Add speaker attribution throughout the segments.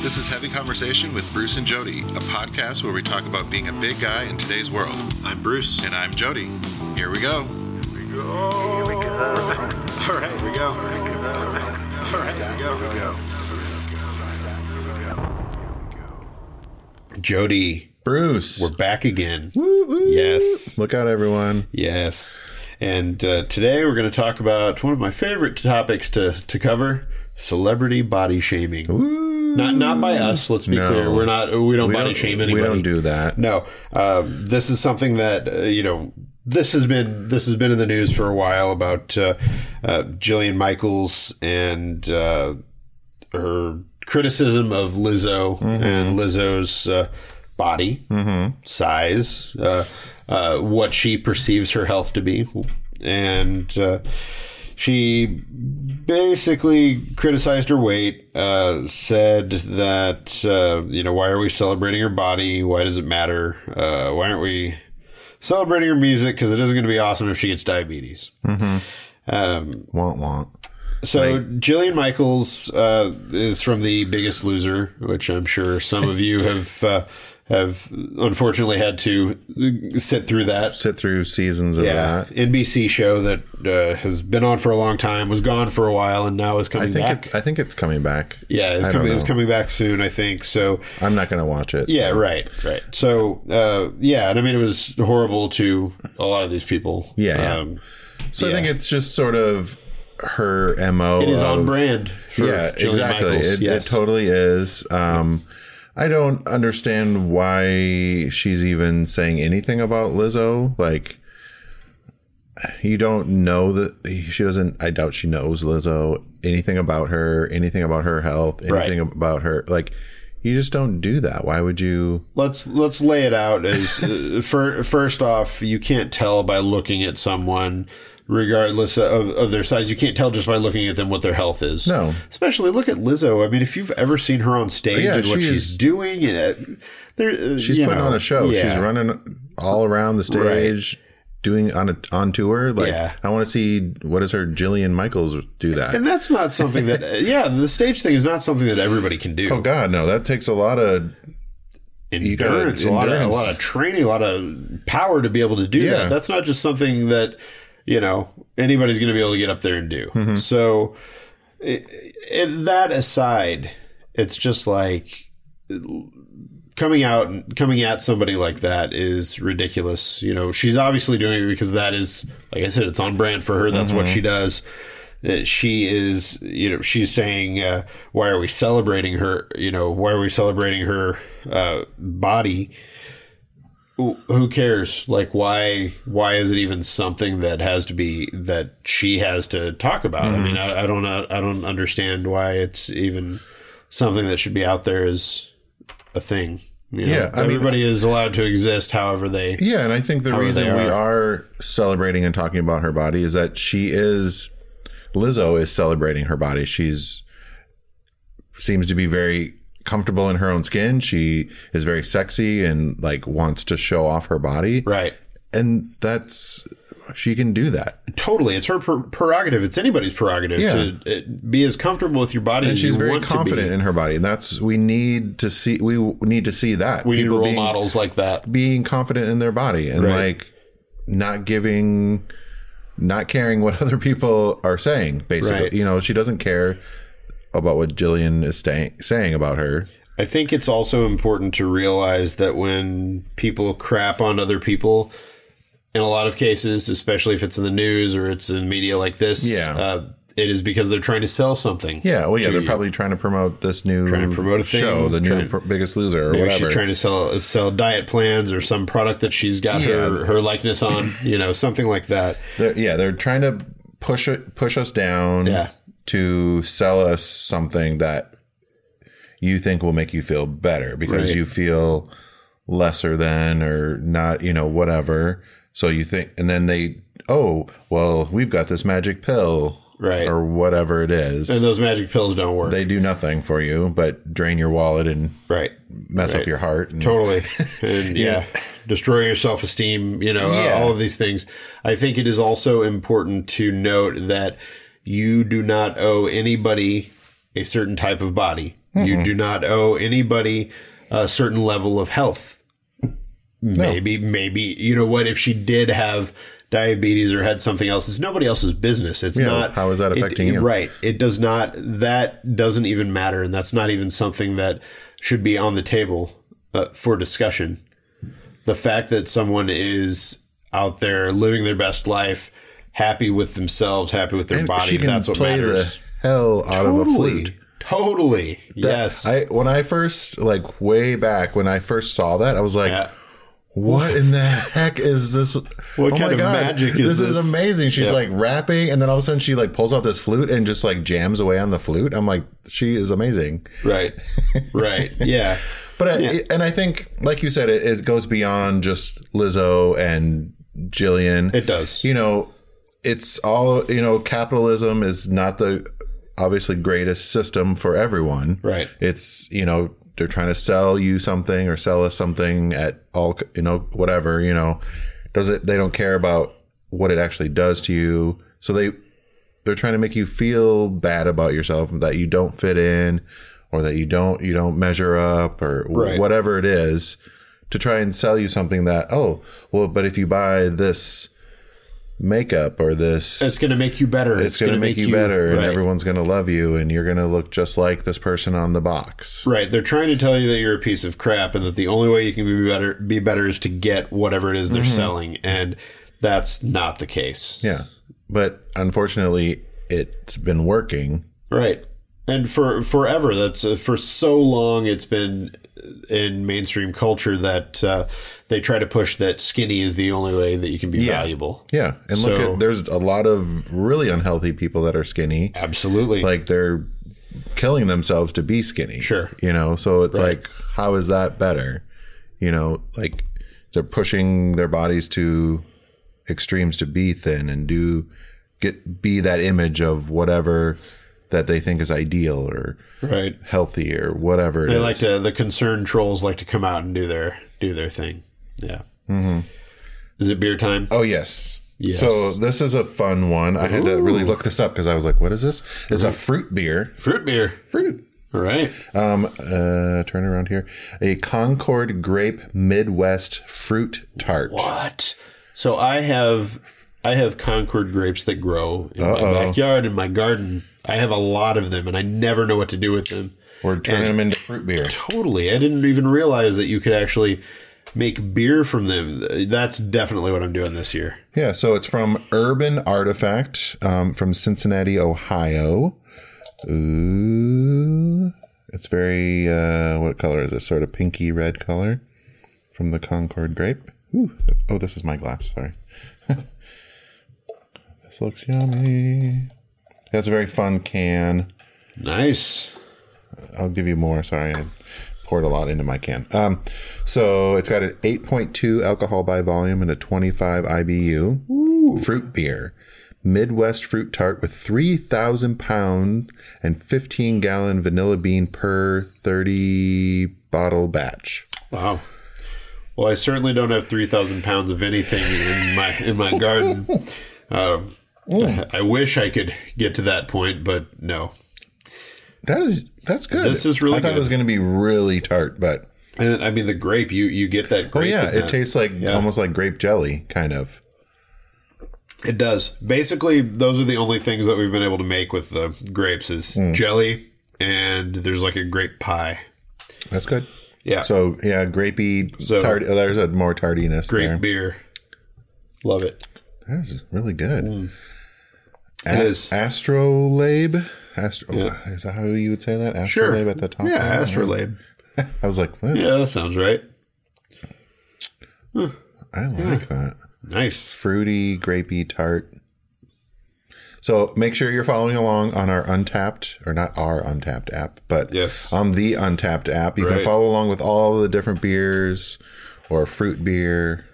Speaker 1: This is Heavy Conversation with Bruce and Jody, a podcast where we talk about being a big guy in today's world.
Speaker 2: I'm Bruce.
Speaker 1: And I'm Jody. Here we go.
Speaker 2: All right, here we go. All right, here we go. Jody,
Speaker 1: Bruce.
Speaker 2: we're back again. Yes,
Speaker 1: Look out, everyone.
Speaker 2: yes. And uh, today we're going to talk about one of my favorite topics to, to cover: celebrity body shaming. Not not by us. Let's be
Speaker 1: No.
Speaker 2: clear. We're not. We don't body shame anybody.
Speaker 1: We don't do that.
Speaker 2: No, um, this is something that uh, you know. This has been this has been in the news for a while about uh, uh, Jillian Michaels and uh, her criticism of Lizzo and Lizzo's uh, body size, uh, uh, what she perceives her health to be, and. Uh, she basically criticized her weight, uh, said that, uh, you know, why are we celebrating her body? Why does it matter? Uh, why aren't we celebrating her music? Because it isn't going to be awesome if she gets diabetes.
Speaker 1: Mm-hmm.
Speaker 2: Um,
Speaker 1: Won't, won't.
Speaker 2: so Jillian Michaels uh, is from The Biggest Loser, which I'm sure some of you have uh, have unfortunately had to sit through that
Speaker 1: Sit through seasons of
Speaker 2: yeah,
Speaker 1: that.
Speaker 2: NBC show that uh, has been on for a long time, was gone for a while, and now is coming
Speaker 1: I think,
Speaker 2: back.
Speaker 1: it's, I think it's coming back.
Speaker 2: yeah, it's
Speaker 1: I don't
Speaker 2: coming, it's
Speaker 1: know.
Speaker 2: coming back soon, I think. So,
Speaker 1: I'm not going to watch it.
Speaker 2: yeah, right, right. So, uh, yeah, and I mean, it was horrible to a lot of these people.
Speaker 1: Yeah, yeah.
Speaker 2: um,
Speaker 1: So I
Speaker 2: yeah.
Speaker 1: think it's just sort of her MO.
Speaker 2: it is on
Speaker 1: of-
Speaker 2: brand. For
Speaker 1: yeah,
Speaker 2: Jillian
Speaker 1: exactly.
Speaker 2: Michaels,
Speaker 1: It,
Speaker 2: yes.
Speaker 1: it totally is. Um, I don't understand why she's even saying anything about Lizzo. Like, you don't know that she doesn't. I doubt she knows Lizzo anything about her, anything about her health, anything about her. Like, you just don't do that. Why would you?
Speaker 2: let's let's lay it out as uh, fir- first off you can't tell by looking at someone regardless of, of their size you can't tell just by looking at them what their health is
Speaker 1: No. Oh,
Speaker 2: especially look at lizzo i mean if you've ever seen her on stage
Speaker 1: Yeah,
Speaker 2: and what
Speaker 1: she's-
Speaker 2: she's, doing and uh, there uh,
Speaker 1: She's
Speaker 2: you
Speaker 1: putting
Speaker 2: know,
Speaker 1: on a show.
Speaker 2: yeah.
Speaker 1: She's running all around the stage. Doing on a on tour, like
Speaker 2: Yeah.
Speaker 1: I want to see what does her Jillian Michaels do that?
Speaker 2: and that's not something that uh, yeah the stage thing is not something that everybody can do
Speaker 1: Oh God, no! That takes a lot of gotta-
Speaker 2: endurance, a lot of a
Speaker 1: endurance.
Speaker 2: lot of training, a lot of power to be able to do
Speaker 1: Yeah.
Speaker 2: that. That's not just something that you know anybody's going to be able to get up there and do.
Speaker 1: Mm-hmm.
Speaker 2: So, i i that aside, it's just like coming out and coming at somebody like that is ridiculous. You know, she's obviously doing it because that is, like I said, it's on brand for her. That's what she does. Uh, She is, you know, she's saying, uh, why are we celebrating her? You know, why are we celebrating her uh, body? Who who cares? Like, why? Why is it even something that has to be that she has to talk about? I
Speaker 1: Mm-hmm.
Speaker 2: mean, I, I don't, know- I don't understand why it's even something that should be out there as a thing. You know,
Speaker 1: Yeah, I mean- uh,
Speaker 2: everybody is allowed to exist however they.
Speaker 1: yeah. And I think the reason
Speaker 2: they
Speaker 1: we are celebrating and talking about her body is that she is Lizzo is celebrating her body. She's seems to be very comfortable in her own skin. She is very sexy and like wants to show off her body,
Speaker 2: Right.
Speaker 1: and that's she can do that.
Speaker 2: Totally, it's her per- prerogative. It's anybody's prerogative
Speaker 1: Yeah.
Speaker 2: to uh, be as comfortable with your body.
Speaker 1: And
Speaker 2: as
Speaker 1: she's
Speaker 2: you
Speaker 1: very
Speaker 2: want to be.
Speaker 1: confident in her body, and that's we need to see. We need to see that
Speaker 2: We need
Speaker 1: People
Speaker 2: role
Speaker 1: being-
Speaker 2: models like that.
Speaker 1: being confident in their body and
Speaker 2: Right.
Speaker 1: like not giving not caring what other people are saying basically
Speaker 2: Right.
Speaker 1: you know she doesn't care about what jillian is stay- saying about her
Speaker 2: I think it's also important to realize that when people crap on other people, in a lot of cases, especially if it's in the news or it's in media like this,
Speaker 1: Yeah.
Speaker 2: uh, it is because they're trying to sell something.
Speaker 1: yeah well yeah
Speaker 2: to
Speaker 1: they're
Speaker 2: you.
Speaker 1: probably trying to promote this new
Speaker 2: Trying to promote a thing,
Speaker 1: show the new
Speaker 2: trying-
Speaker 1: pr- biggest loser or
Speaker 2: Maybe
Speaker 1: whatever
Speaker 2: She's trying to sell sell diet plans or some product that she's got her, her likeness on, you know, something like that.
Speaker 1: They're- yeah they're trying to push it push us down
Speaker 2: Yeah.
Speaker 1: to sell us something that you think will make you feel better because
Speaker 2: Right.
Speaker 1: you feel lesser than or not you know whatever so you think and then they oh well we've got this magic pill
Speaker 2: Right.
Speaker 1: or whatever it is
Speaker 2: And those magic pills don't work.
Speaker 1: they do nothing for you but drain your wallet and
Speaker 2: right.
Speaker 1: mess up
Speaker 2: Right.
Speaker 1: your heart and
Speaker 2: Totally. And yeah, destroy your self esteem, you know, uh,
Speaker 1: Yeah.
Speaker 2: all of these things. I think it is also important to note that you do not owe anybody a certain type of body. You do not owe anybody a certain level of health. Maybe, maybe you know what? If she did have diabetes or had something else, it's nobody else's business. It's not
Speaker 1: how is that
Speaker 2: it-
Speaker 1: affecting you?
Speaker 2: Right. It does not. That doesn't even matter, and that's not even something that should be on the table uh, for discussion the fact that someone is out there living their best life, happy with themselves, happy with their body, that's what matters.
Speaker 1: the hell out of a flute.
Speaker 2: Totally. Totally. yes.
Speaker 1: I when I first like way back when I first saw that, I was like,
Speaker 2: Yeah.
Speaker 1: "What in the heck is this? Oh
Speaker 2: What kind of magic
Speaker 1: this?
Speaker 2: is this?
Speaker 1: is amazing." She's
Speaker 2: Yeah.
Speaker 1: like rapping, and then all of a sudden she like pulls out this flute and just like jams away on the flute. I'm like, she is amazing.
Speaker 2: right. right. Yeah.
Speaker 1: But I, and I think, like you said, it, it goes beyond just Lizzo and Jillian.
Speaker 2: It does.
Speaker 1: you know, it's all you know. Capitalism is not the obviously greatest system for everyone.
Speaker 2: Right.
Speaker 1: It's you know they're trying to sell you something or sell us something at all you know whatever you know does it they don't care about what it actually does to you so they they're trying to make you feel bad about yourself that you don't fit in or that you don't you don't measure up or
Speaker 2: Right.
Speaker 1: whatever it is to try and sell you something that oh well but if you buy this makeup or this
Speaker 2: It's going to make you better.
Speaker 1: it's going to make, you better and
Speaker 2: right.
Speaker 1: everyone's going to love you and you're going to look just like this person on the box
Speaker 2: Right. They're trying to tell you that you're a piece of crap and that the only way you can be better be better is to get whatever it is they're selling and that's not the case.
Speaker 1: yeah but unfortunately it's been working
Speaker 2: Right. And for forever, that's uh, for so long, it's been in mainstream culture that uh, they try to push that skinny is the only way that you can be valuable.
Speaker 1: yeah and look
Speaker 2: So-
Speaker 1: at there's a lot of really unhealthy people that are skinny
Speaker 2: Absolutely.
Speaker 1: like they're killing themselves to be skinny
Speaker 2: Sure.
Speaker 1: you know so it's like how is that better you know like they're pushing their bodies to extremes to be thin and do get be that image of whatever that they think is ideal or
Speaker 2: right.
Speaker 1: healthy or whatever it
Speaker 2: They
Speaker 1: is.
Speaker 2: like to, the concerned trolls like to come out and do their, do their thing. Yeah. Mm-hmm. Is it beer time?
Speaker 1: Oh yes.
Speaker 2: Yes.
Speaker 1: So this is a fun one. I had to really look this up because I was like, "What is this?" It's a fruit beer.
Speaker 2: Fruit beer.
Speaker 1: Fruit.
Speaker 2: All right.
Speaker 1: Um. Uh. Turn around here. A Concord grape Midwest fruit tart.
Speaker 2: What? So I have I have Concord grapes that grow in my backyard in my garden. I have a lot of them, and I never know what to do with them.
Speaker 1: We're turning them into fruit beer.
Speaker 2: Totally, I didn't even realize that you could actually make beer from them. That's definitely what I'm doing this year.
Speaker 1: Yeah. So it's from Urban Artifact um, from Cincinnati, Ohio. Ooh. It's very. Uh, what color is it? Sort of pinky red color from the Concord grape. Ooh. that's- Oh, this is my glass. Sorry. this looks yummy. That's a very fun can.
Speaker 2: Nice.
Speaker 1: I'll give you more. Sorry, I poured a lot into my can. Um, so it's got an 8.2 alcohol by volume and a 25 IBU fruit beer. Midwest fruit tart with 3,000 pound and 15 gallon vanilla bean per 30 bottle batch.
Speaker 2: Wow. Well, I certainly don't have three thousand pounds of anything in my in my garden. Um,
Speaker 1: Mm.
Speaker 2: I, I wish I could get to that point, but no.
Speaker 1: That is that's good.
Speaker 2: This is really
Speaker 1: I thought
Speaker 2: good.
Speaker 1: it was going to be really tart, but
Speaker 2: And I mean, the grape you you get that grape.
Speaker 1: Oh, yeah,
Speaker 2: in
Speaker 1: it
Speaker 2: that.
Speaker 1: tastes like almost like grape jelly, kind of.
Speaker 2: It does. Basically, those are the only things that we've been able to make with the grapes is jelly and there's like a grape pie.
Speaker 1: That's good.
Speaker 2: Yeah.
Speaker 1: So yeah, grapey.
Speaker 2: So-
Speaker 1: tart, there's a more tardiness.
Speaker 2: grape
Speaker 1: there.
Speaker 2: beer. Love it.
Speaker 1: That is really good.
Speaker 2: Mm. It is.
Speaker 1: Astrolabe. Astro. oh, Is that how you would say that? Astrolabe at the top.
Speaker 2: Yeah, astrolabe.
Speaker 1: I was like, what?
Speaker 2: Yeah, that sounds right.
Speaker 1: I like that.
Speaker 2: Nice.
Speaker 1: Fruity, grapey, tart. So make sure you're following along on our Untapped, or not our Untapped app, but
Speaker 2: Yes.
Speaker 1: on the Untapped app. You
Speaker 2: Right.
Speaker 1: can follow along with all the different beers or fruit beer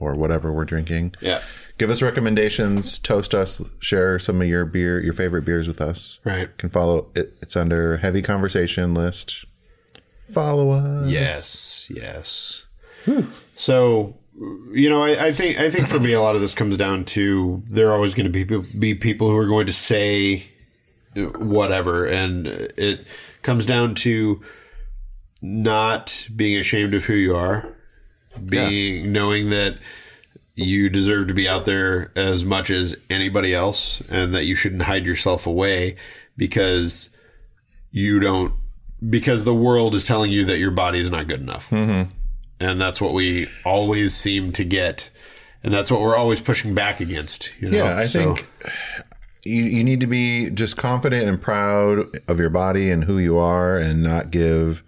Speaker 1: or whatever we're drinking.
Speaker 2: Yeah.
Speaker 1: Give us recommendations, toast us, share some of your beer, your favorite beers with us.
Speaker 2: Right.
Speaker 1: can follow it, it's under heavy conversation list follow us
Speaker 2: Yes. Yes. So, you know, I, I think I think for me, a lot of this comes down to there are always going to be be people who are going to say whatever. And it comes down to not being ashamed of who you are, being knowing that you deserve to be out there as much as anybody else and that you shouldn't hide yourself away because you don't because the world is telling you that your body is not good enough.
Speaker 1: Mm-hmm.
Speaker 2: And that's what we always seem to get. And that's what we're always pushing back against. You know?
Speaker 1: Yeah, I
Speaker 2: So-
Speaker 1: think you, you need to be just confident and proud of your body and who you are, and not give.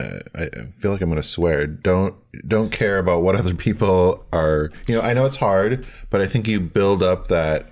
Speaker 1: Uh, I I feel like I'm going to swear. Don't don't care about what other people are. You know, I know it's hard, but I think you build up that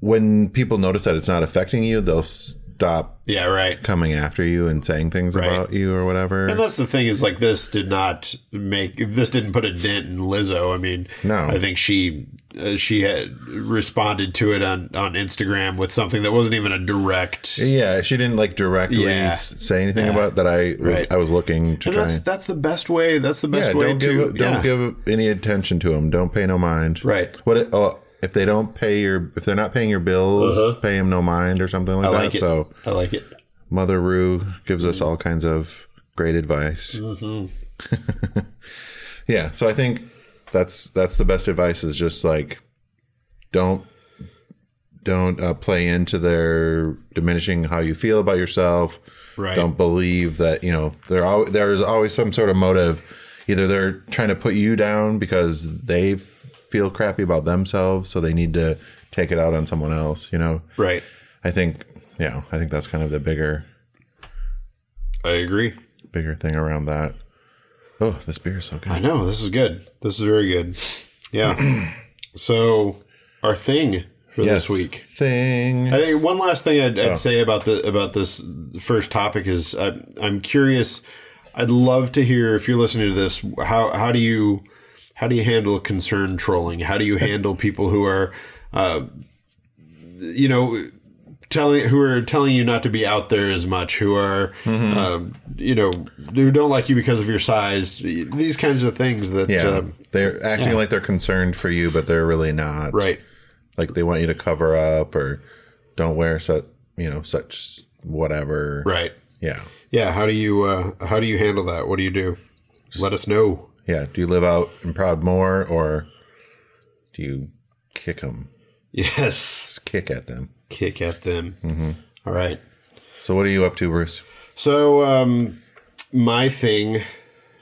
Speaker 1: when people notice that it's not affecting you, they'll stop
Speaker 2: Yeah, right.
Speaker 1: coming after you and saying things about you or whatever.
Speaker 2: And that's the thing is like this did not make this didn't put a dent in Lizzo. I mean,
Speaker 1: No.
Speaker 2: I think she uh, she had responded to it on on Instagram with something that wasn't even a direct.
Speaker 1: yeah, she didn't like directly
Speaker 2: Yeah.
Speaker 1: say anything about that. I was,
Speaker 2: Right.
Speaker 1: I was looking to try.
Speaker 2: And that's
Speaker 1: and-
Speaker 2: that's the best way. That's the best
Speaker 1: Yeah,
Speaker 2: way
Speaker 1: don't
Speaker 2: to
Speaker 1: give don't
Speaker 2: yeah.
Speaker 1: give any attention to them. Don't pay no mind.
Speaker 2: Right.
Speaker 1: What it, oh, if they don't pay your if they're not paying your bills, pay 'em pay them no mind or something like
Speaker 2: Uh-huh. I
Speaker 1: that.
Speaker 2: like it.
Speaker 1: So
Speaker 2: I like it.
Speaker 1: Mother Rue gives us all kinds of great advice. yeah, so I think that's that's the best advice is just like don't don't uh, play into their diminishing how you feel about yourself.
Speaker 2: Right.
Speaker 1: Don't believe that you know there al- there is always some sort of motive. Either they're trying to put you down because they f- feel crappy about themselves, so they need to take it out on someone else. You know,
Speaker 2: Right.
Speaker 1: I think yeah, I think that's kind of the bigger
Speaker 2: I agree.
Speaker 1: bigger thing around that. Oh, this beer is so good.
Speaker 2: I know this is good. This is very good. Yeah. so our thing for this week.
Speaker 1: thing.
Speaker 2: I think one last thing I'd, I'd say about the about this first topic is I'm, I'm curious. I'd love to hear if you're listening to this. How how do you how do you handle concern trolling? How do you handle people who are, uh, you know, telling who are telling you not to be out there as much? Who are, um, you know, who don't like you because of your size? These kinds of things that
Speaker 1: yeah,
Speaker 2: um,
Speaker 1: they're acting like they're concerned for you, but they're really not.
Speaker 2: right.
Speaker 1: Like they want you to cover up or don't wear such, you know, such whatever.
Speaker 2: Right.
Speaker 1: Yeah.
Speaker 2: Yeah. How do you uh, how do you handle that? What do you do? Let us know.
Speaker 1: Yeah. Do you live out in Proud more or do you kick them?
Speaker 2: Yes.
Speaker 1: Just kick at them.
Speaker 2: Kick at them. All right.
Speaker 1: So what are you up to, Bruce?
Speaker 2: So, um, my thing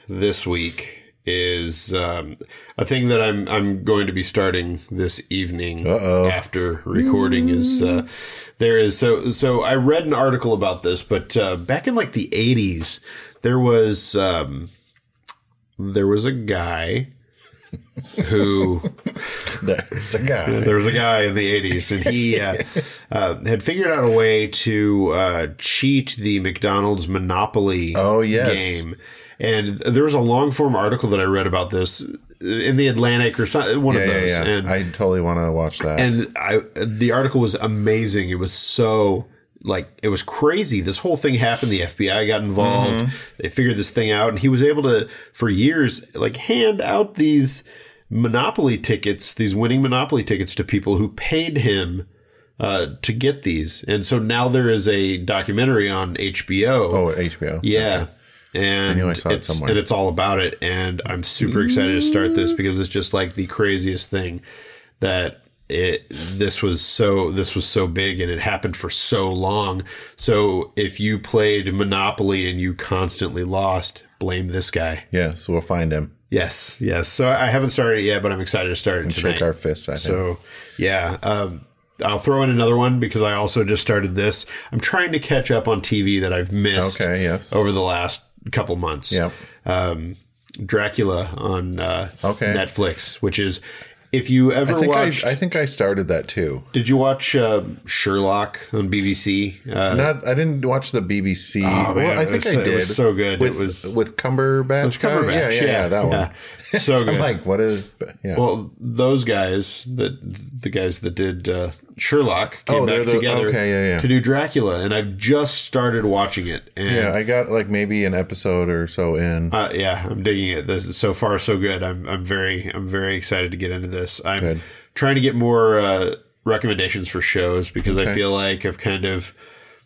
Speaker 2: this week is um, a thing that I'm I'm going to be starting this evening after recording is uh, there is so so I read an article about this, but uh, back in like the '80s, there was um, there was a guy who
Speaker 1: There's a guy.
Speaker 2: there was a guy in the 80s and he uh, uh, had figured out a way to uh, cheat the mcdonald's monopoly
Speaker 1: Oh, yes.
Speaker 2: game and there was a long form article that i read about this in the atlantic or some, one
Speaker 1: Yeah,
Speaker 2: of
Speaker 1: yeah,
Speaker 2: those
Speaker 1: yeah.
Speaker 2: and
Speaker 1: I totally want to watch that.
Speaker 2: and I the article was amazing. It was so like it was crazy. This whole thing happened. The FBI got involved. They figured this thing out, and he was able to for years like hand out these monopoly tickets, these winning monopoly tickets to people who paid him. Uh, to get these, and so now there is a documentary on HBO.
Speaker 1: oh, HBO.
Speaker 2: Yeah. And
Speaker 1: knew I saw it
Speaker 2: it's
Speaker 1: somewhere. Mm.
Speaker 2: and it's all about it, and I'm super excited to start this because it's just like the craziest thing that it this was so this was so big and it happened for so long. So if you played Monopoly and you constantly lost, blame this guy.
Speaker 1: Yeah. So we'll find him.
Speaker 2: Yes, yes. So I haven't started it yet, but I'm excited to start it tonight.
Speaker 1: Shake our fists at him.
Speaker 2: So, yeah, um, I'll throw in another one because I also just started this. I'm trying to catch up on TV that I've missed
Speaker 1: Okay. Yes.
Speaker 2: over the last couple months.
Speaker 1: Yep.
Speaker 2: Um, Dracula on uh,
Speaker 1: Okay.
Speaker 2: Netflix, which is if you ever
Speaker 1: I think
Speaker 2: watched.
Speaker 1: I, I think I started that too.
Speaker 2: did you watch uh, Sherlock on BBC? Uh, Oh,
Speaker 1: Not, I didn't watch the BBC. well,
Speaker 2: man,
Speaker 1: I
Speaker 2: it
Speaker 1: think
Speaker 2: was-
Speaker 1: I
Speaker 2: it
Speaker 1: did.
Speaker 2: was so good. It
Speaker 1: With,
Speaker 2: was-
Speaker 1: with Cumberbatch.
Speaker 2: Cumberbatch,
Speaker 1: Yeah, yeah, yeah, that one.
Speaker 2: yeah. So good.
Speaker 1: I'm like, what is? Yeah.
Speaker 2: Well, those guys, the the guys that did uh, Sherlock, came
Speaker 1: Oh, they're
Speaker 2: back
Speaker 1: the-
Speaker 2: together
Speaker 1: okay, yeah, yeah.
Speaker 2: to do Dracula, and I've just started watching it. And
Speaker 1: yeah,
Speaker 2: yeah,
Speaker 1: I got like maybe an episode or so in.
Speaker 2: uh, yeah, I'm digging it. This is so far so good. I'm I'm very I'm very excited to get into this. I'm
Speaker 1: Good.
Speaker 2: trying to get more uh, recommendations for shows because I feel like I've kind of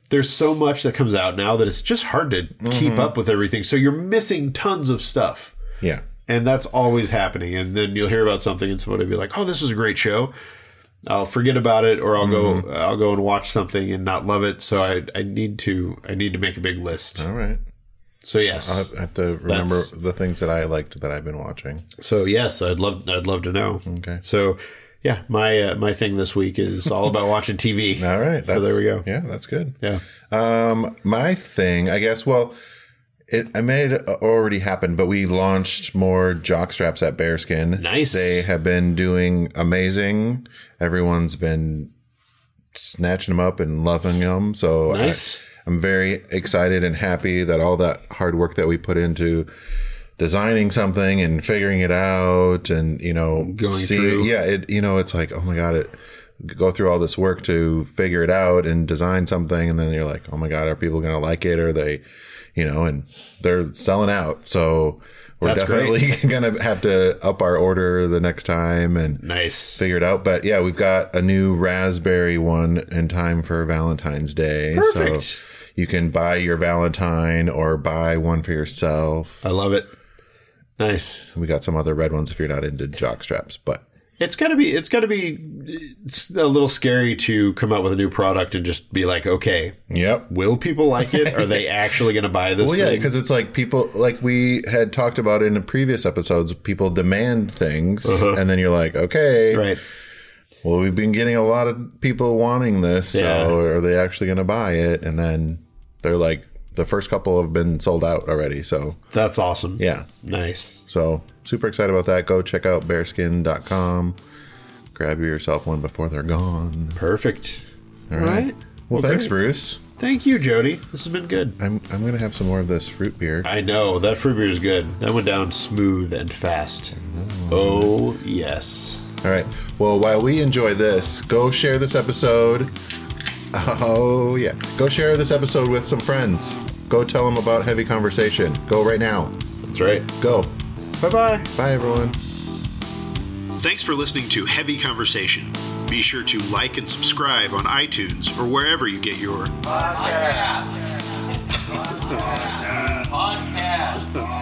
Speaker 2: there's so much that comes out now that it's just hard to keep up with everything. So you're missing tons of stuff.
Speaker 1: Yeah.
Speaker 2: And that's always happening. And then you'll hear about something and somebody will be like, Oh, this is a great show. I'll forget about it or I'll go I'll go and watch something and not love it. So I, I need to I need to make a big list.
Speaker 1: All right.
Speaker 2: So yes.
Speaker 1: I have to remember the things that I liked that I've been watching.
Speaker 2: So yes, I'd love I'd love to know.
Speaker 1: Okay.
Speaker 2: So yeah, my uh, my thing this week is all about watching TV.
Speaker 1: All right.
Speaker 2: So there we go.
Speaker 1: Yeah, that's good.
Speaker 2: Yeah.
Speaker 1: Um, my thing, I guess. Well, it I made it already happen, but we launched more jock straps at Bearskin.
Speaker 2: Nice.
Speaker 1: They have been doing amazing. Everyone's been snatching them up and loving them. So I-
Speaker 2: Nice.
Speaker 1: I'm very excited and happy that all that hard work that we put into designing something and figuring it out and you know
Speaker 2: Going through.
Speaker 1: yeah it you know it's like oh my god it go through all this work to figure it out and design something and then you're like oh my god are people gonna like it or they you know and they're selling out so we're
Speaker 2: That's great.
Speaker 1: definitely gonna have to up our order the next time and
Speaker 2: Nice.
Speaker 1: figure it out but yeah we've got a new raspberry one in time for valentine's day so
Speaker 2: Perfect.
Speaker 1: you can buy your valentine or buy one for yourself
Speaker 2: I love it. Nice.
Speaker 1: we got some other red ones if you're not into jock straps but
Speaker 2: It's gotta be. It's gotta be. It's a little scary to come out with a new product and just be like, okay,
Speaker 1: yep
Speaker 2: will people like it? Are they actually gonna buy this?
Speaker 1: Well, yeah,
Speaker 2: thing?
Speaker 1: because it's like people, like we had talked about in the previous episodes, people demand things, and then you're like, okay,
Speaker 2: Uh-huh. right.
Speaker 1: well, we've been getting a lot of people wanting this,
Speaker 2: Yeah.
Speaker 1: so are they actually going to buy it? And then they're like, the first couple have been sold out already, so
Speaker 2: That's awesome.
Speaker 1: yeah,
Speaker 2: Nice.
Speaker 1: so super excited about that. Go check out bearskin.com, grab yourself one before they're gone.
Speaker 2: Perfect. All
Speaker 1: right.
Speaker 2: right.
Speaker 1: Well, thanks,
Speaker 2: great.
Speaker 1: Bruce.
Speaker 2: Thank you, Jody. This has been good.
Speaker 1: I'm I'm gonna have some more of this fruit beer.
Speaker 2: I know that fruit beer is good. That went down smooth and fast. Oh yes.
Speaker 1: All right. Well, while we enjoy this, go share this episode. Oh, yeah. Go share this episode with some friends. Go tell them about Heavy Conversation. Go right now.
Speaker 2: That's right.
Speaker 1: Go.
Speaker 2: Bye bye.
Speaker 1: Bye, everyone.
Speaker 2: Thanks for listening to Heavy Conversation. Be sure to like and subscribe on iTunes or wherever you get your
Speaker 3: Podcasts. Podcasts.